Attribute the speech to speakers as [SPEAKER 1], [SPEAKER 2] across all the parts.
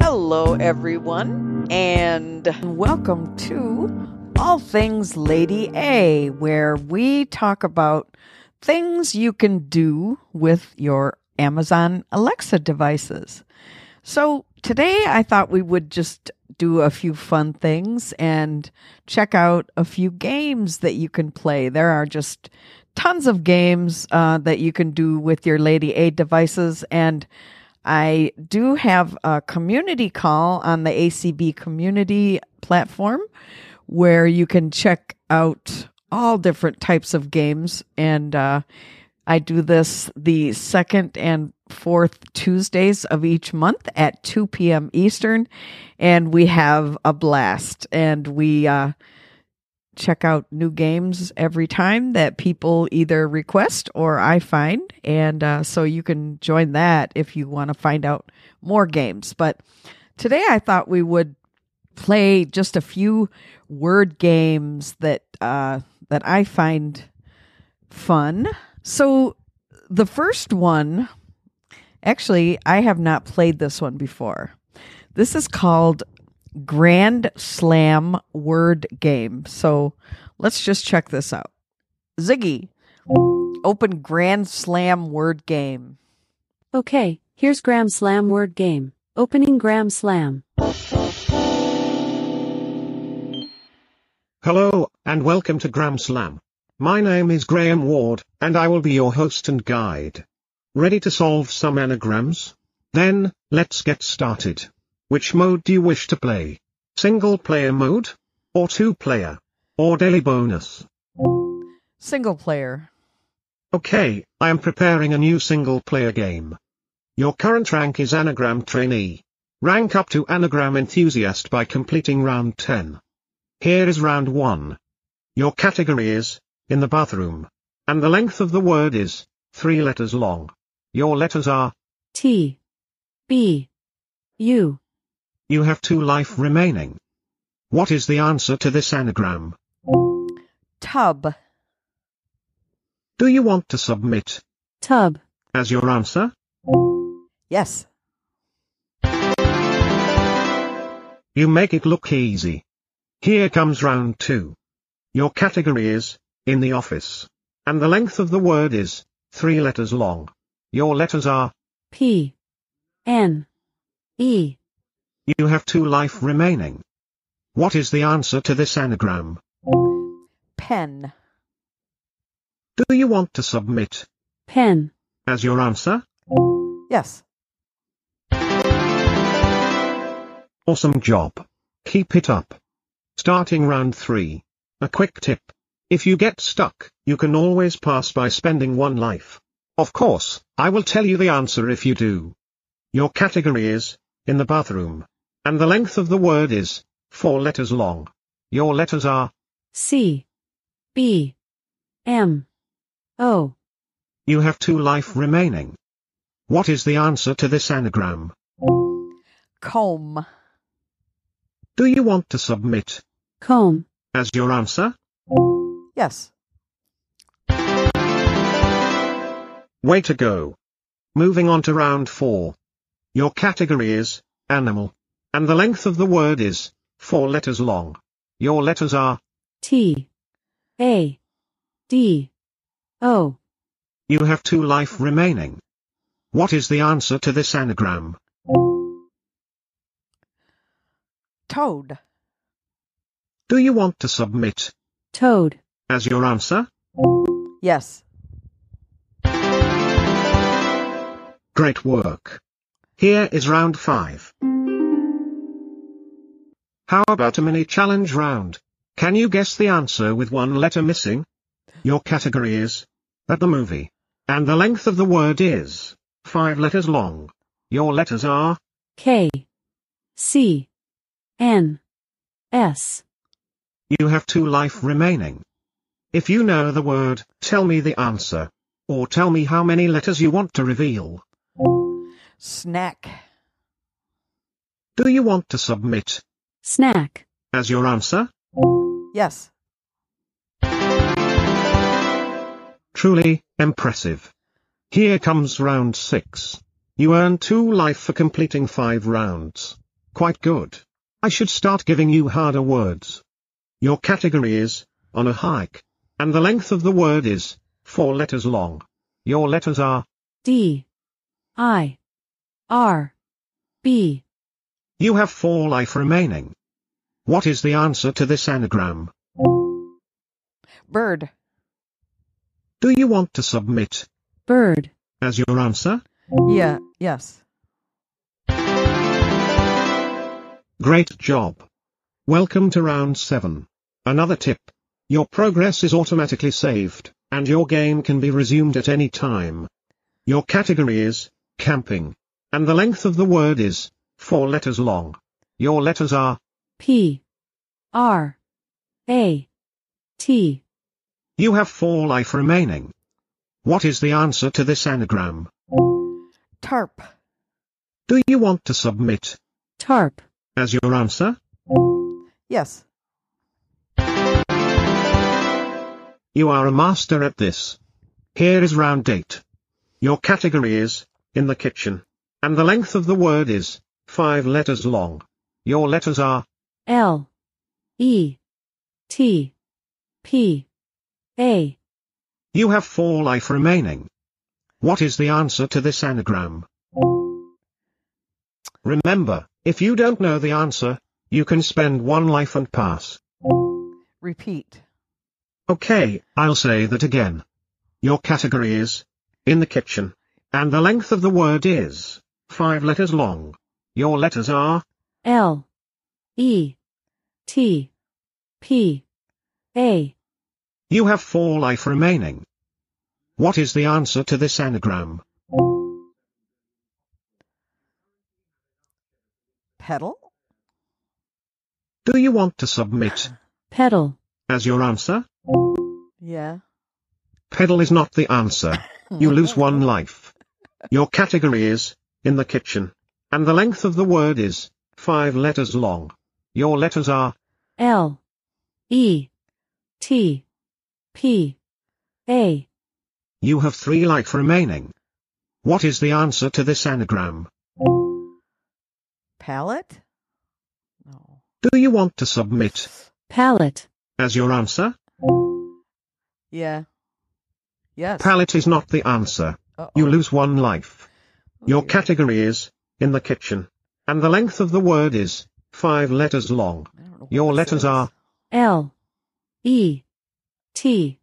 [SPEAKER 1] Hello, everyone, and
[SPEAKER 2] welcome to All Things Lady A, where we talk about things you can do with your Amazon Alexa devices. So, today I thought we would just do a few fun things and check out a few games that you can play. There are just tons of games uh, that you can do with your Lady A devices and I do have a community call on the ACB community platform where you can check out all different types of games. And uh, I do this the second and fourth Tuesdays of each month at 2 p.m. Eastern. And we have a blast. And we, uh, check out new games every time that people either request or I find. And uh, so you can join that if you want to find out more games. But today I thought we would play just a few word games that uh, that I find fun. So the first one, actually, I have not played this one before. This is called Grand Slam word game. So let's just check this out. Ziggy, open Grand Slam word game.
[SPEAKER 3] Okay, here's Gram Slam word game. Opening Gram Slam.
[SPEAKER 4] Hello, and welcome to Gram Slam. My name is Graham Ward, and I will be your host and guide. Ready to solve some anagrams? Then, let's get started. Which mode do you wish to play? Single player mode? Or two player? Or daily bonus?
[SPEAKER 2] Single player.
[SPEAKER 4] Okay, I am preparing a new single player game. Your current rank is Anagram Trainee. Rank up to Anagram Enthusiast by completing round 10. Here is round 1. Your category is, in the bathroom. And the length of the word is, 3 letters long. Your letters are,
[SPEAKER 3] T. B. U.
[SPEAKER 4] you have two life remaining. What is the answer to this anagram?
[SPEAKER 2] Tub.
[SPEAKER 4] Do you want to submit,
[SPEAKER 3] Tub.
[SPEAKER 4] as your answer?
[SPEAKER 2] Yes.
[SPEAKER 4] You make it look easy. Here comes round two. Your category is, in the office. And the length of the word is, three letters long. Your letters are,
[SPEAKER 3] P. N. E.
[SPEAKER 4] you have two life remaining. What is the answer to this anagram?
[SPEAKER 2] Pen.
[SPEAKER 4] Do you want to submit,
[SPEAKER 3] Pen.
[SPEAKER 4] as your answer?
[SPEAKER 2] Yes.
[SPEAKER 4] Awesome job. Keep it up. Starting round 3. A quick tip. If you get stuck, you can always pass by spending one life. Of course, I will tell you the answer if you do. Your category is, in the bathroom. And the length of the word is, 4 letters long. Your letters are,
[SPEAKER 3] C. B. M. O.
[SPEAKER 4] you have 2 life remaining. What is the answer to this anagram?
[SPEAKER 2] Comb.
[SPEAKER 4] Do you want to submit,
[SPEAKER 3] Comb.
[SPEAKER 4] as your answer?
[SPEAKER 2] Yes.
[SPEAKER 4] Way to go. Moving on to round 4. Your category is, animal. And the length of the word is, 4 letters long. Your letters are,
[SPEAKER 3] T. A. D. O.
[SPEAKER 4] you have 2 life remaining. What is the answer to this anagram?
[SPEAKER 2] Toad.
[SPEAKER 4] Do you want to submit,
[SPEAKER 3] Toad.
[SPEAKER 4] as your answer?
[SPEAKER 2] Yes.
[SPEAKER 4] Great work. Here is round 5. How about a mini challenge round? Can you guess the answer with one letter missing? Your category is at the movie. And the length of the word is 5 letters long. Your letters are
[SPEAKER 3] K. C. N. S.
[SPEAKER 4] you have 2 life remaining. If you know the word, tell me the answer or tell me how many letters you want to reveal.
[SPEAKER 2] Snack.
[SPEAKER 4] Do you want to submit
[SPEAKER 3] Snack.
[SPEAKER 4] as your answer?
[SPEAKER 2] Yes.
[SPEAKER 4] Truly, impressive. Here comes round six. You earn two life for completing five rounds. Quite good. I should start giving you harder words. Your category is, on a hike. And the length of the word is, four letters long. Your letters are,
[SPEAKER 3] D. I. R. B.
[SPEAKER 4] you have four life remaining. What is the answer to this anagram?
[SPEAKER 2] Bird.
[SPEAKER 4] Do you want to submit,
[SPEAKER 3] Bird.
[SPEAKER 4] as your answer?
[SPEAKER 2] Yeah, yes.
[SPEAKER 4] Great job. Welcome to round 7. Another tip. Your progress is automatically saved, and your game can be resumed at any time. Your category is camping, and the length of the word is 4 letters long. Your letters are,
[SPEAKER 3] P. R. A. T.
[SPEAKER 4] you have 4 life remaining. What is the answer to this anagram?
[SPEAKER 2] Tarp.
[SPEAKER 4] Do you want to submit,
[SPEAKER 3] Tarp.
[SPEAKER 4] as your answer?
[SPEAKER 2] Yes.
[SPEAKER 4] You are a master at this. Here is round 8. Your category is, in the kitchen. And the length of the word is, 5 letters long. Your letters are,
[SPEAKER 3] L. E. T. P. A.
[SPEAKER 4] you have 4 life remaining. What is the answer to this anagram? Remember, if you don't know the answer, you can spend one life and pass.
[SPEAKER 2] Repeat.
[SPEAKER 4] Okay, I'll say that again. Your category is in the kitchen, and the length of the word is five letters long. Your letters are
[SPEAKER 3] L. E. T. P. A.
[SPEAKER 4] you have four life remaining. What is the answer to this anagram?
[SPEAKER 2] Pedal.
[SPEAKER 4] Do you want to submit
[SPEAKER 3] Pedal.
[SPEAKER 4] as your answer?
[SPEAKER 2] Yeah.
[SPEAKER 4] Pedal is not the answer. You lose one life. Your category is in the kitchen, and the length of the word is five letters long. Your letters are
[SPEAKER 3] L. E. T. P. A.
[SPEAKER 4] You have three life remaining. What is the answer to this anagram?
[SPEAKER 2] Palette. No.
[SPEAKER 4] Do you want to submit
[SPEAKER 3] Palette.
[SPEAKER 4] as your answer?
[SPEAKER 2] Yeah. Yes.
[SPEAKER 4] Palette is not the answer.
[SPEAKER 2] Uh-oh. Oh,
[SPEAKER 4] You lose one life. Your
[SPEAKER 2] Okay.
[SPEAKER 4] category is in the kitchen, and the length of the word is five letters long.
[SPEAKER 2] I don't know what
[SPEAKER 4] Your
[SPEAKER 2] this
[SPEAKER 4] letters
[SPEAKER 2] is.
[SPEAKER 4] are
[SPEAKER 3] L. E. T.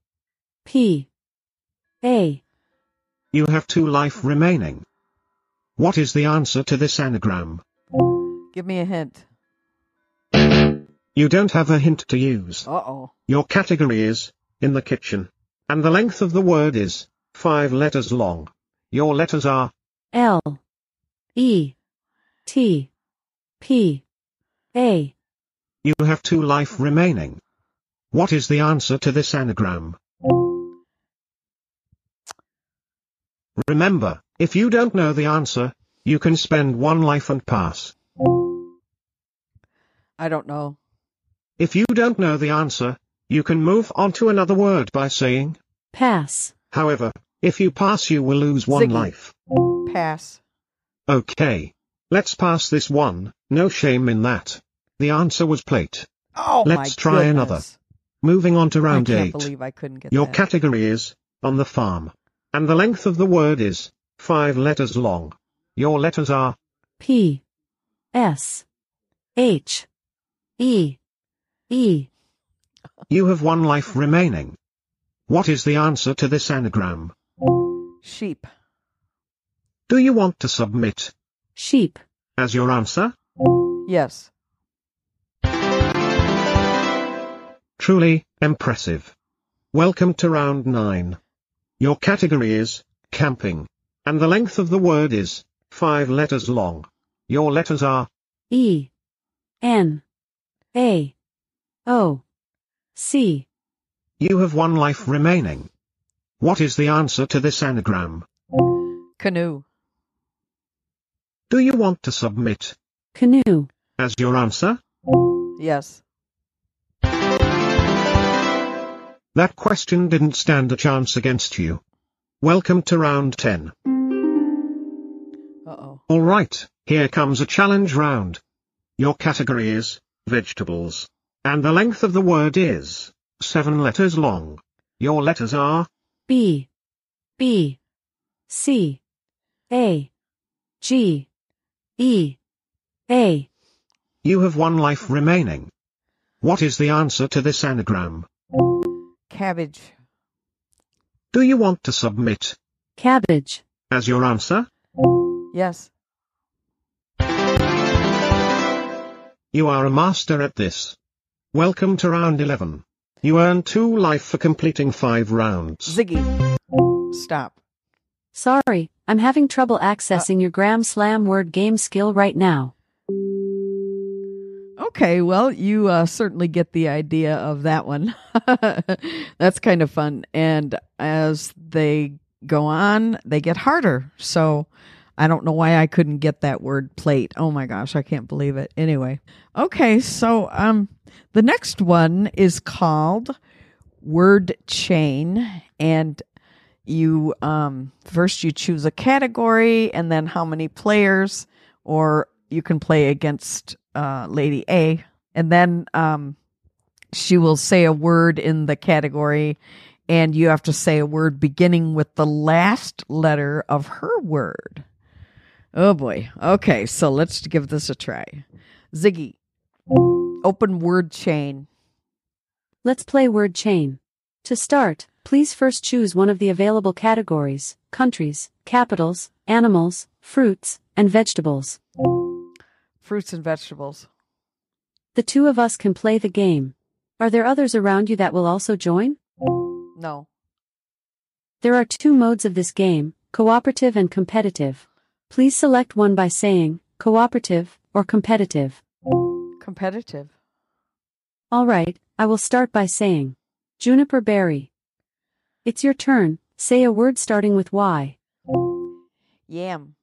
[SPEAKER 3] P. A.
[SPEAKER 4] you have two life remaining. What is the answer to this anagram?
[SPEAKER 2] Give me a hint.
[SPEAKER 4] You don't have a hint to use.
[SPEAKER 2] Uh oh.
[SPEAKER 4] Your category is in the kitchen, and the length of the word is five letters long. Your letters are
[SPEAKER 3] L. E. T. P. A.
[SPEAKER 4] You have two life remaining. What is the answer to this anagram? Remember, if you don't know the answer, you can spend one life and pass.
[SPEAKER 2] I don't know.
[SPEAKER 4] If you don't know the answer, you can move on to another word by saying,
[SPEAKER 3] Pass.
[SPEAKER 4] however, if you pass you will lose one
[SPEAKER 2] Ziggy.
[SPEAKER 4] life.
[SPEAKER 2] Pass.
[SPEAKER 4] Okay. Let's pass this one, no shame in that. The answer was plate.
[SPEAKER 2] Oh my
[SPEAKER 4] Let's try another.
[SPEAKER 2] goodness.
[SPEAKER 4] Moving on to round
[SPEAKER 2] I can't
[SPEAKER 4] eight.
[SPEAKER 2] believe I couldn't get
[SPEAKER 4] Your
[SPEAKER 2] that.
[SPEAKER 4] category is on the farm, and the length of the word is five letters long. Your letters are
[SPEAKER 3] P. S. H. E. E.
[SPEAKER 4] you have one life remaining. What is the answer to this anagram?
[SPEAKER 2] Sheep.
[SPEAKER 4] Do you want to submit
[SPEAKER 3] Sheep.
[SPEAKER 4] as your answer?
[SPEAKER 2] Yes.
[SPEAKER 4] Truly impressive. Welcome to round 9. Your category is camping, and the length of the word is five letters long. Your letters are
[SPEAKER 3] E. N. A. O. C.
[SPEAKER 4] you have one life remaining. What is the answer to this anagram?
[SPEAKER 2] Canoe.
[SPEAKER 4] Do you want to submit
[SPEAKER 3] Canoe.
[SPEAKER 4] as your answer?
[SPEAKER 2] Yes.
[SPEAKER 4] That question didn't stand a chance against you. Welcome to round 10.
[SPEAKER 2] Uh oh.
[SPEAKER 4] Alright, here comes a challenge round. Your category is vegetables. And the length of the word is seven letters long. Your letters are
[SPEAKER 3] B. B. C. A. G. E. A.
[SPEAKER 4] You have one life remaining. What is the answer to this anagram?
[SPEAKER 2] Cabbage.
[SPEAKER 4] Do you want to submit
[SPEAKER 3] Cabbage.
[SPEAKER 4] as your answer?
[SPEAKER 2] Yes.
[SPEAKER 4] You are a master at this. Welcome to round 11. You earn 2 life for completing 5 rounds.
[SPEAKER 2] Ziggy. Stop.
[SPEAKER 3] Sorry, I'm having trouble accessing your Gram Slam word game skill right now.
[SPEAKER 2] Okay, well, you uh, certainly get the idea of that one. That's kind of fun. And as they go on, they get harder. So I don't know why I couldn't get that word plate. Oh my gosh, I can't believe it. Anyway, okay, so um, the next one is called Word Chain. And you um, first you choose a category and then how many players or you can play against uh, lady a and then um, she will say a word in the category and you have to say a word beginning with the last letter of her word oh boy okay so let's give this a try ziggy open word chain
[SPEAKER 3] Let's play word chain. To start, please first choose one of the available categories countries, capitals, animals, fruits, and vegetables.
[SPEAKER 2] fruits and vegetables
[SPEAKER 3] The two of us can play the game. Are there others around you that will also join?
[SPEAKER 2] no
[SPEAKER 3] There are two modes of this game cooperative and competitive. Please select one by saying cooperative or competitive.
[SPEAKER 2] competitive
[SPEAKER 3] All right, I will start by saying Juniper Berry. It's your turn, say a word starting with Y.
[SPEAKER 2] yam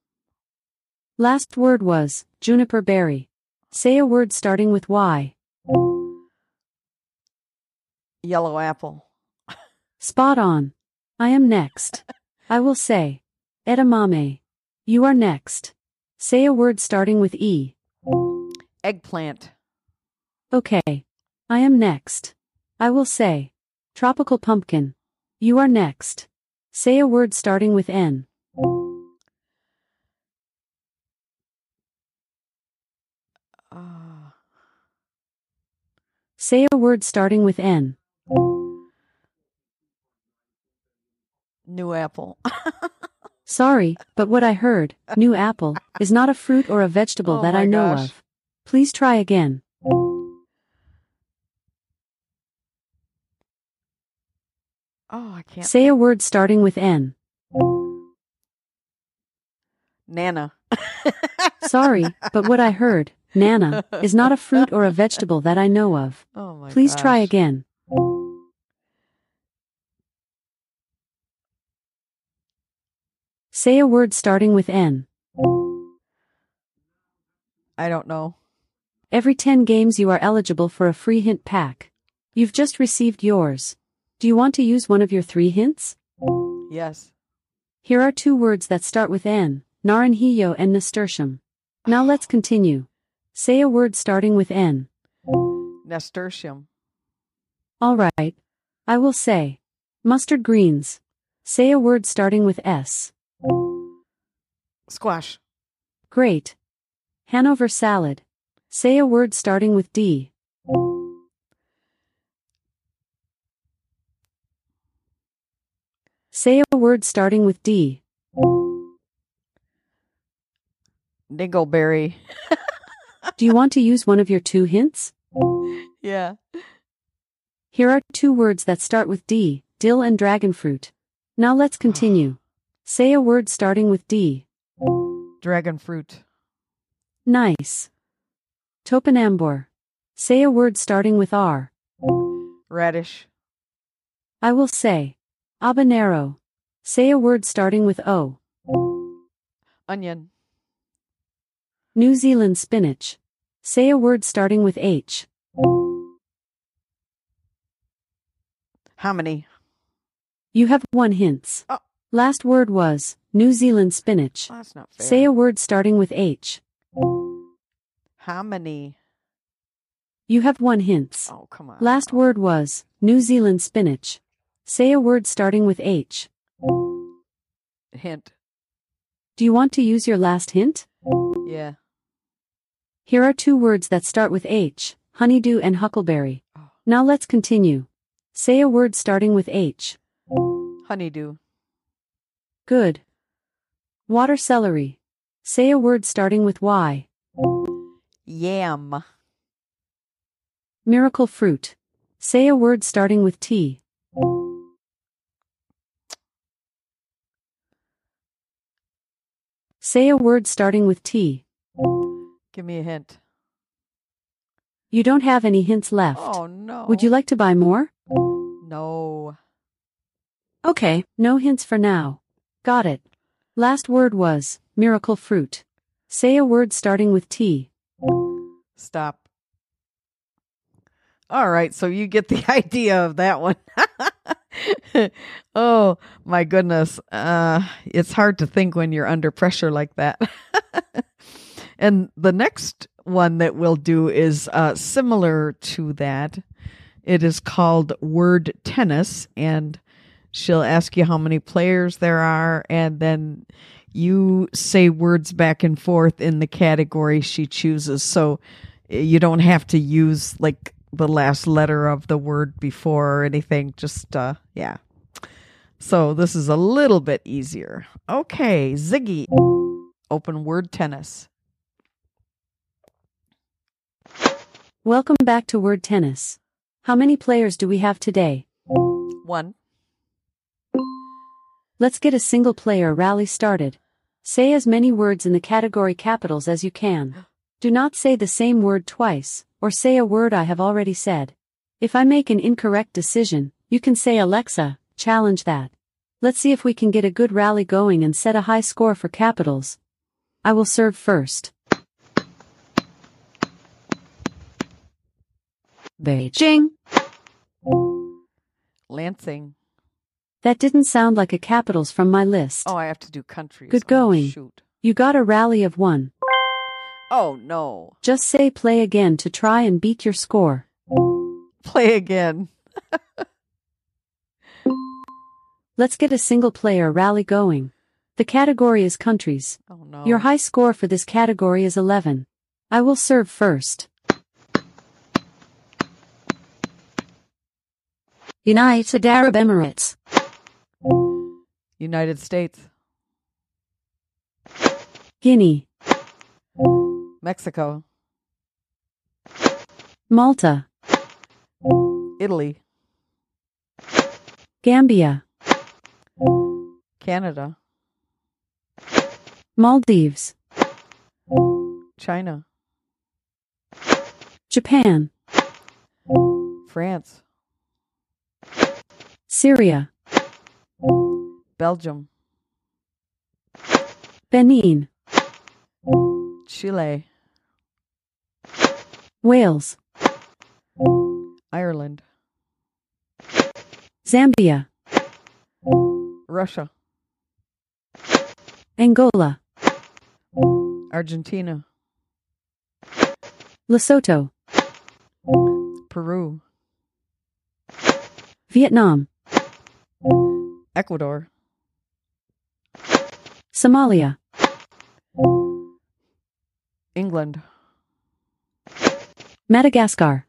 [SPEAKER 3] Last word was Juniper Berry. Say a word starting with Y.
[SPEAKER 2] yellow apple
[SPEAKER 3] Spot on. I am next. I will say edamame. You are next. Say a word starting with E.
[SPEAKER 2] eggplant
[SPEAKER 3] Okay. I am next. I will say tropical pumpkin. You are next. Say a word starting with N.
[SPEAKER 2] uh,
[SPEAKER 3] Say a word starting with N.
[SPEAKER 2] new apple
[SPEAKER 3] Sorry, but what I heard, new apple, is not a fruit or a vegetable
[SPEAKER 2] Oh
[SPEAKER 3] that
[SPEAKER 2] my
[SPEAKER 3] I know
[SPEAKER 2] gosh.
[SPEAKER 3] of. Please try again.
[SPEAKER 2] oh i can't
[SPEAKER 3] Say a word starting with N.
[SPEAKER 2] Nana.
[SPEAKER 3] Sorry, but what I heard, nana, is not a fruit or a vegetable that I know of.
[SPEAKER 2] Oh my
[SPEAKER 3] Please try
[SPEAKER 2] gosh.
[SPEAKER 3] again. Say a word starting with N.
[SPEAKER 2] I don't know.
[SPEAKER 3] Every 10 games you are eligible for a free hint pack. You've just received yours. Do you want to use one of your three hints?
[SPEAKER 2] Yes.
[SPEAKER 3] Here are two words that start with N, naranjillo and nasturtium. Now let's continue. Say a word starting with N.
[SPEAKER 2] Nasturtium.
[SPEAKER 3] All right. I will say mustard greens. Say a word starting with S.
[SPEAKER 2] Squash.
[SPEAKER 3] Great. Hanover salad. Say a word starting with D. Say a word starting with D.
[SPEAKER 2] Dingleberry.
[SPEAKER 3] Do you want to use one of your two hints?
[SPEAKER 2] Yeah.
[SPEAKER 3] Here are two words that start with D dill and dragon fruit. Now let's continue. Say a word starting with D.
[SPEAKER 2] Dragon fruit.
[SPEAKER 3] Nice. Topinambur. Say a word starting with R.
[SPEAKER 2] Radish.
[SPEAKER 3] I will say. Habanero. Say a word starting with O.
[SPEAKER 2] Onion.
[SPEAKER 3] New Zealand spinach. Say a word starting with H.
[SPEAKER 2] Hominy.
[SPEAKER 3] You have one hints.
[SPEAKER 2] Oh.
[SPEAKER 3] Last word was New Zealand spinach.
[SPEAKER 2] Oh, that's not fair.
[SPEAKER 3] Say a word starting with H.
[SPEAKER 2] How many?
[SPEAKER 3] You have one hints.
[SPEAKER 2] Oh, come on.
[SPEAKER 3] Last word was New Zealand spinach. Say a word starting with H.
[SPEAKER 2] Hint.
[SPEAKER 3] Do you want to use your last hint?
[SPEAKER 2] Yeah.
[SPEAKER 3] Here are two words that start with H honeydew and huckleberry.
[SPEAKER 2] Oh.
[SPEAKER 3] Now let's continue. Say a word starting with H.
[SPEAKER 2] Honeydew.
[SPEAKER 3] Good. Water celery. Say a word starting with Y.
[SPEAKER 2] Yam.
[SPEAKER 3] Miracle fruit. Say a word starting with T. Say a word starting with T.
[SPEAKER 2] Give me a hint.
[SPEAKER 3] You don't have any hints left.
[SPEAKER 2] Oh, no.
[SPEAKER 3] Would you like to buy more?
[SPEAKER 2] No.
[SPEAKER 3] Okay, no hints for now. Got it. Last word was miracle fruit. Say a word starting with T.
[SPEAKER 2] Stop. All right, so you get the idea of that one. oh my goodness. Uh it's hard to think when you're under pressure like that. and the next one that we'll do is uh similar to that. It is called word tennis and she'll ask you how many players there are and then you say words back and forth in the category she chooses. So you don't have to use like the last letter of the word before or anything. Just, uh, yeah. So this is a little bit easier. Okay, Ziggy, open word tennis.
[SPEAKER 3] Welcome back to Word Tennis. How many players do we have today?
[SPEAKER 2] One.
[SPEAKER 3] Let's get a single player rally started. Say as many words in the category capitals as you can. Do not say the same word twice, or say a word I have already said. If I make an incorrect decision, you can say Alexa, challenge that. Let's see if we can get a good rally going and set a high score for capitals. I will serve first. Beijing.
[SPEAKER 2] Lansing.
[SPEAKER 3] That didn't sound like a capitals from my list.
[SPEAKER 2] Oh, I have to do countries.
[SPEAKER 3] Good
[SPEAKER 2] Oh,
[SPEAKER 3] going.
[SPEAKER 2] shoot.
[SPEAKER 3] You got a rally of one.
[SPEAKER 2] Oh, no.
[SPEAKER 3] Just say play again to try and beat your score.
[SPEAKER 2] Play again.
[SPEAKER 3] Let's get a single player rally going. The category is countries.
[SPEAKER 2] Oh, no.
[SPEAKER 3] Your high score for this category is 11. I will serve first. United Arab Emirates.
[SPEAKER 2] United States.
[SPEAKER 3] Guinea.
[SPEAKER 2] Mexico.
[SPEAKER 3] Malta.
[SPEAKER 2] Italy.
[SPEAKER 3] Gambia.
[SPEAKER 2] Canada.
[SPEAKER 3] Maldives.
[SPEAKER 2] China.
[SPEAKER 3] Japan.
[SPEAKER 2] France.
[SPEAKER 3] Syria.
[SPEAKER 2] Belgium.
[SPEAKER 3] Benin.
[SPEAKER 2] Chile.
[SPEAKER 3] Wales.
[SPEAKER 2] Ireland.
[SPEAKER 3] Zambia.
[SPEAKER 2] Russia.
[SPEAKER 3] Angola.
[SPEAKER 2] Argentina.
[SPEAKER 3] Lesotho.
[SPEAKER 2] Peru.
[SPEAKER 3] Vietnam.
[SPEAKER 2] Ecuador.
[SPEAKER 3] Somalia.
[SPEAKER 2] England.
[SPEAKER 3] Madagascar.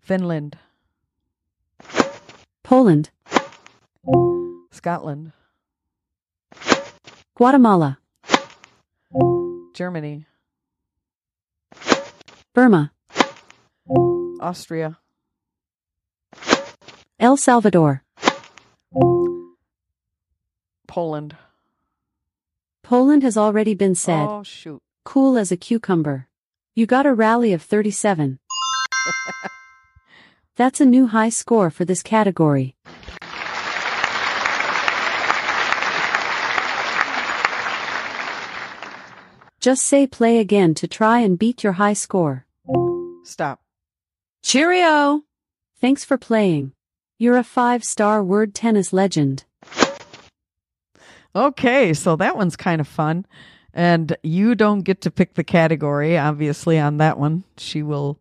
[SPEAKER 2] Finland.
[SPEAKER 3] Poland,
[SPEAKER 2] Scotland.
[SPEAKER 3] Guatemala,
[SPEAKER 2] Germany.
[SPEAKER 3] Burma,
[SPEAKER 2] Austria.
[SPEAKER 3] El Salvador,
[SPEAKER 2] Poland.
[SPEAKER 3] Poland has already been said.
[SPEAKER 2] Oh, shoot.
[SPEAKER 3] Cool as a cucumber. You got a rally of 37. That's a new high score for this category. Just say play again to try and beat your high score.
[SPEAKER 2] Stop.
[SPEAKER 3] Cheerio! Thanks for playing. You're a five star word tennis legend.
[SPEAKER 2] Okay, so that one's kind of fun. And you don't get to pick the category, obviously, on that one. She will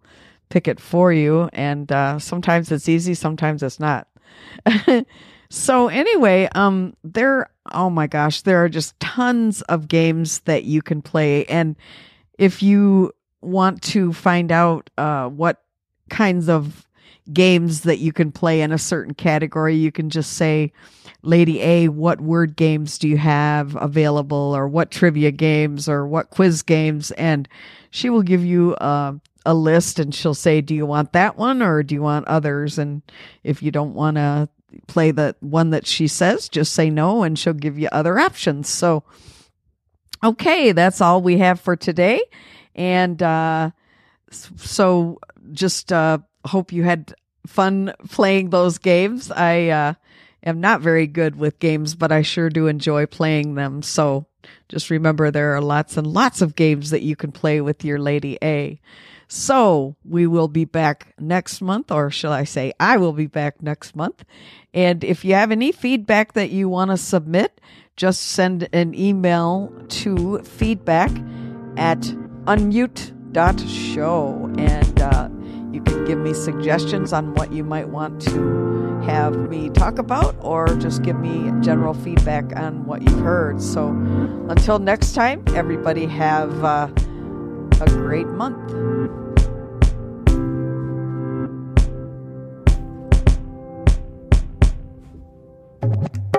[SPEAKER 2] pick it for you. And uh, sometimes it's easy, sometimes it's not. so, anyway, um, there, oh my gosh, there are just tons of games that you can play. And if you want to find out uh, what kinds of games that you can play in a certain category, you can just say, Lady A, what word games do you have available, or what trivia games, or what quiz games? And she will give you uh, a list and she'll say, Do you want that one, or do you want others? And if you don't want to play the one that she says, just say no, and she'll give you other options. So, okay, that's all we have for today. And uh, s- so just uh, hope you had fun playing those games. I uh, am not very good with games, but I sure do enjoy playing them. So just remember there are lots and lots of games that you can play with your Lady A. So we will be back next month, or shall I say, I will be back next month. And if you have any feedback that you want to submit, just send an email to feedback at unmute.show. And uh, you can give me suggestions on what you might want to have me talk about, or just give me general feedback on what you've heard. So until next time, everybody have uh, a great month.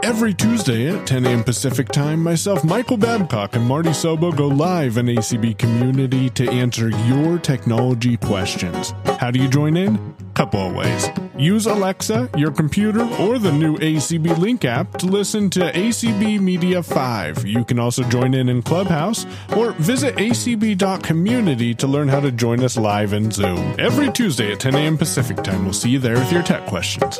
[SPEAKER 5] Every Tuesday at 10 a.m. Pacific time, myself, Michael Babcock, and Marty Sobo go live on ACB Community to answer your technology questions. How do you join in? Couple of ways. Use Alexa, your computer, or the new ACB Link app to listen to ACB Media 5. You can also join in in Clubhouse or visit acb.community to learn how to join us live in Zoom. Every Tuesday at 10 a.m. Pacific time, we'll see you there with your tech questions.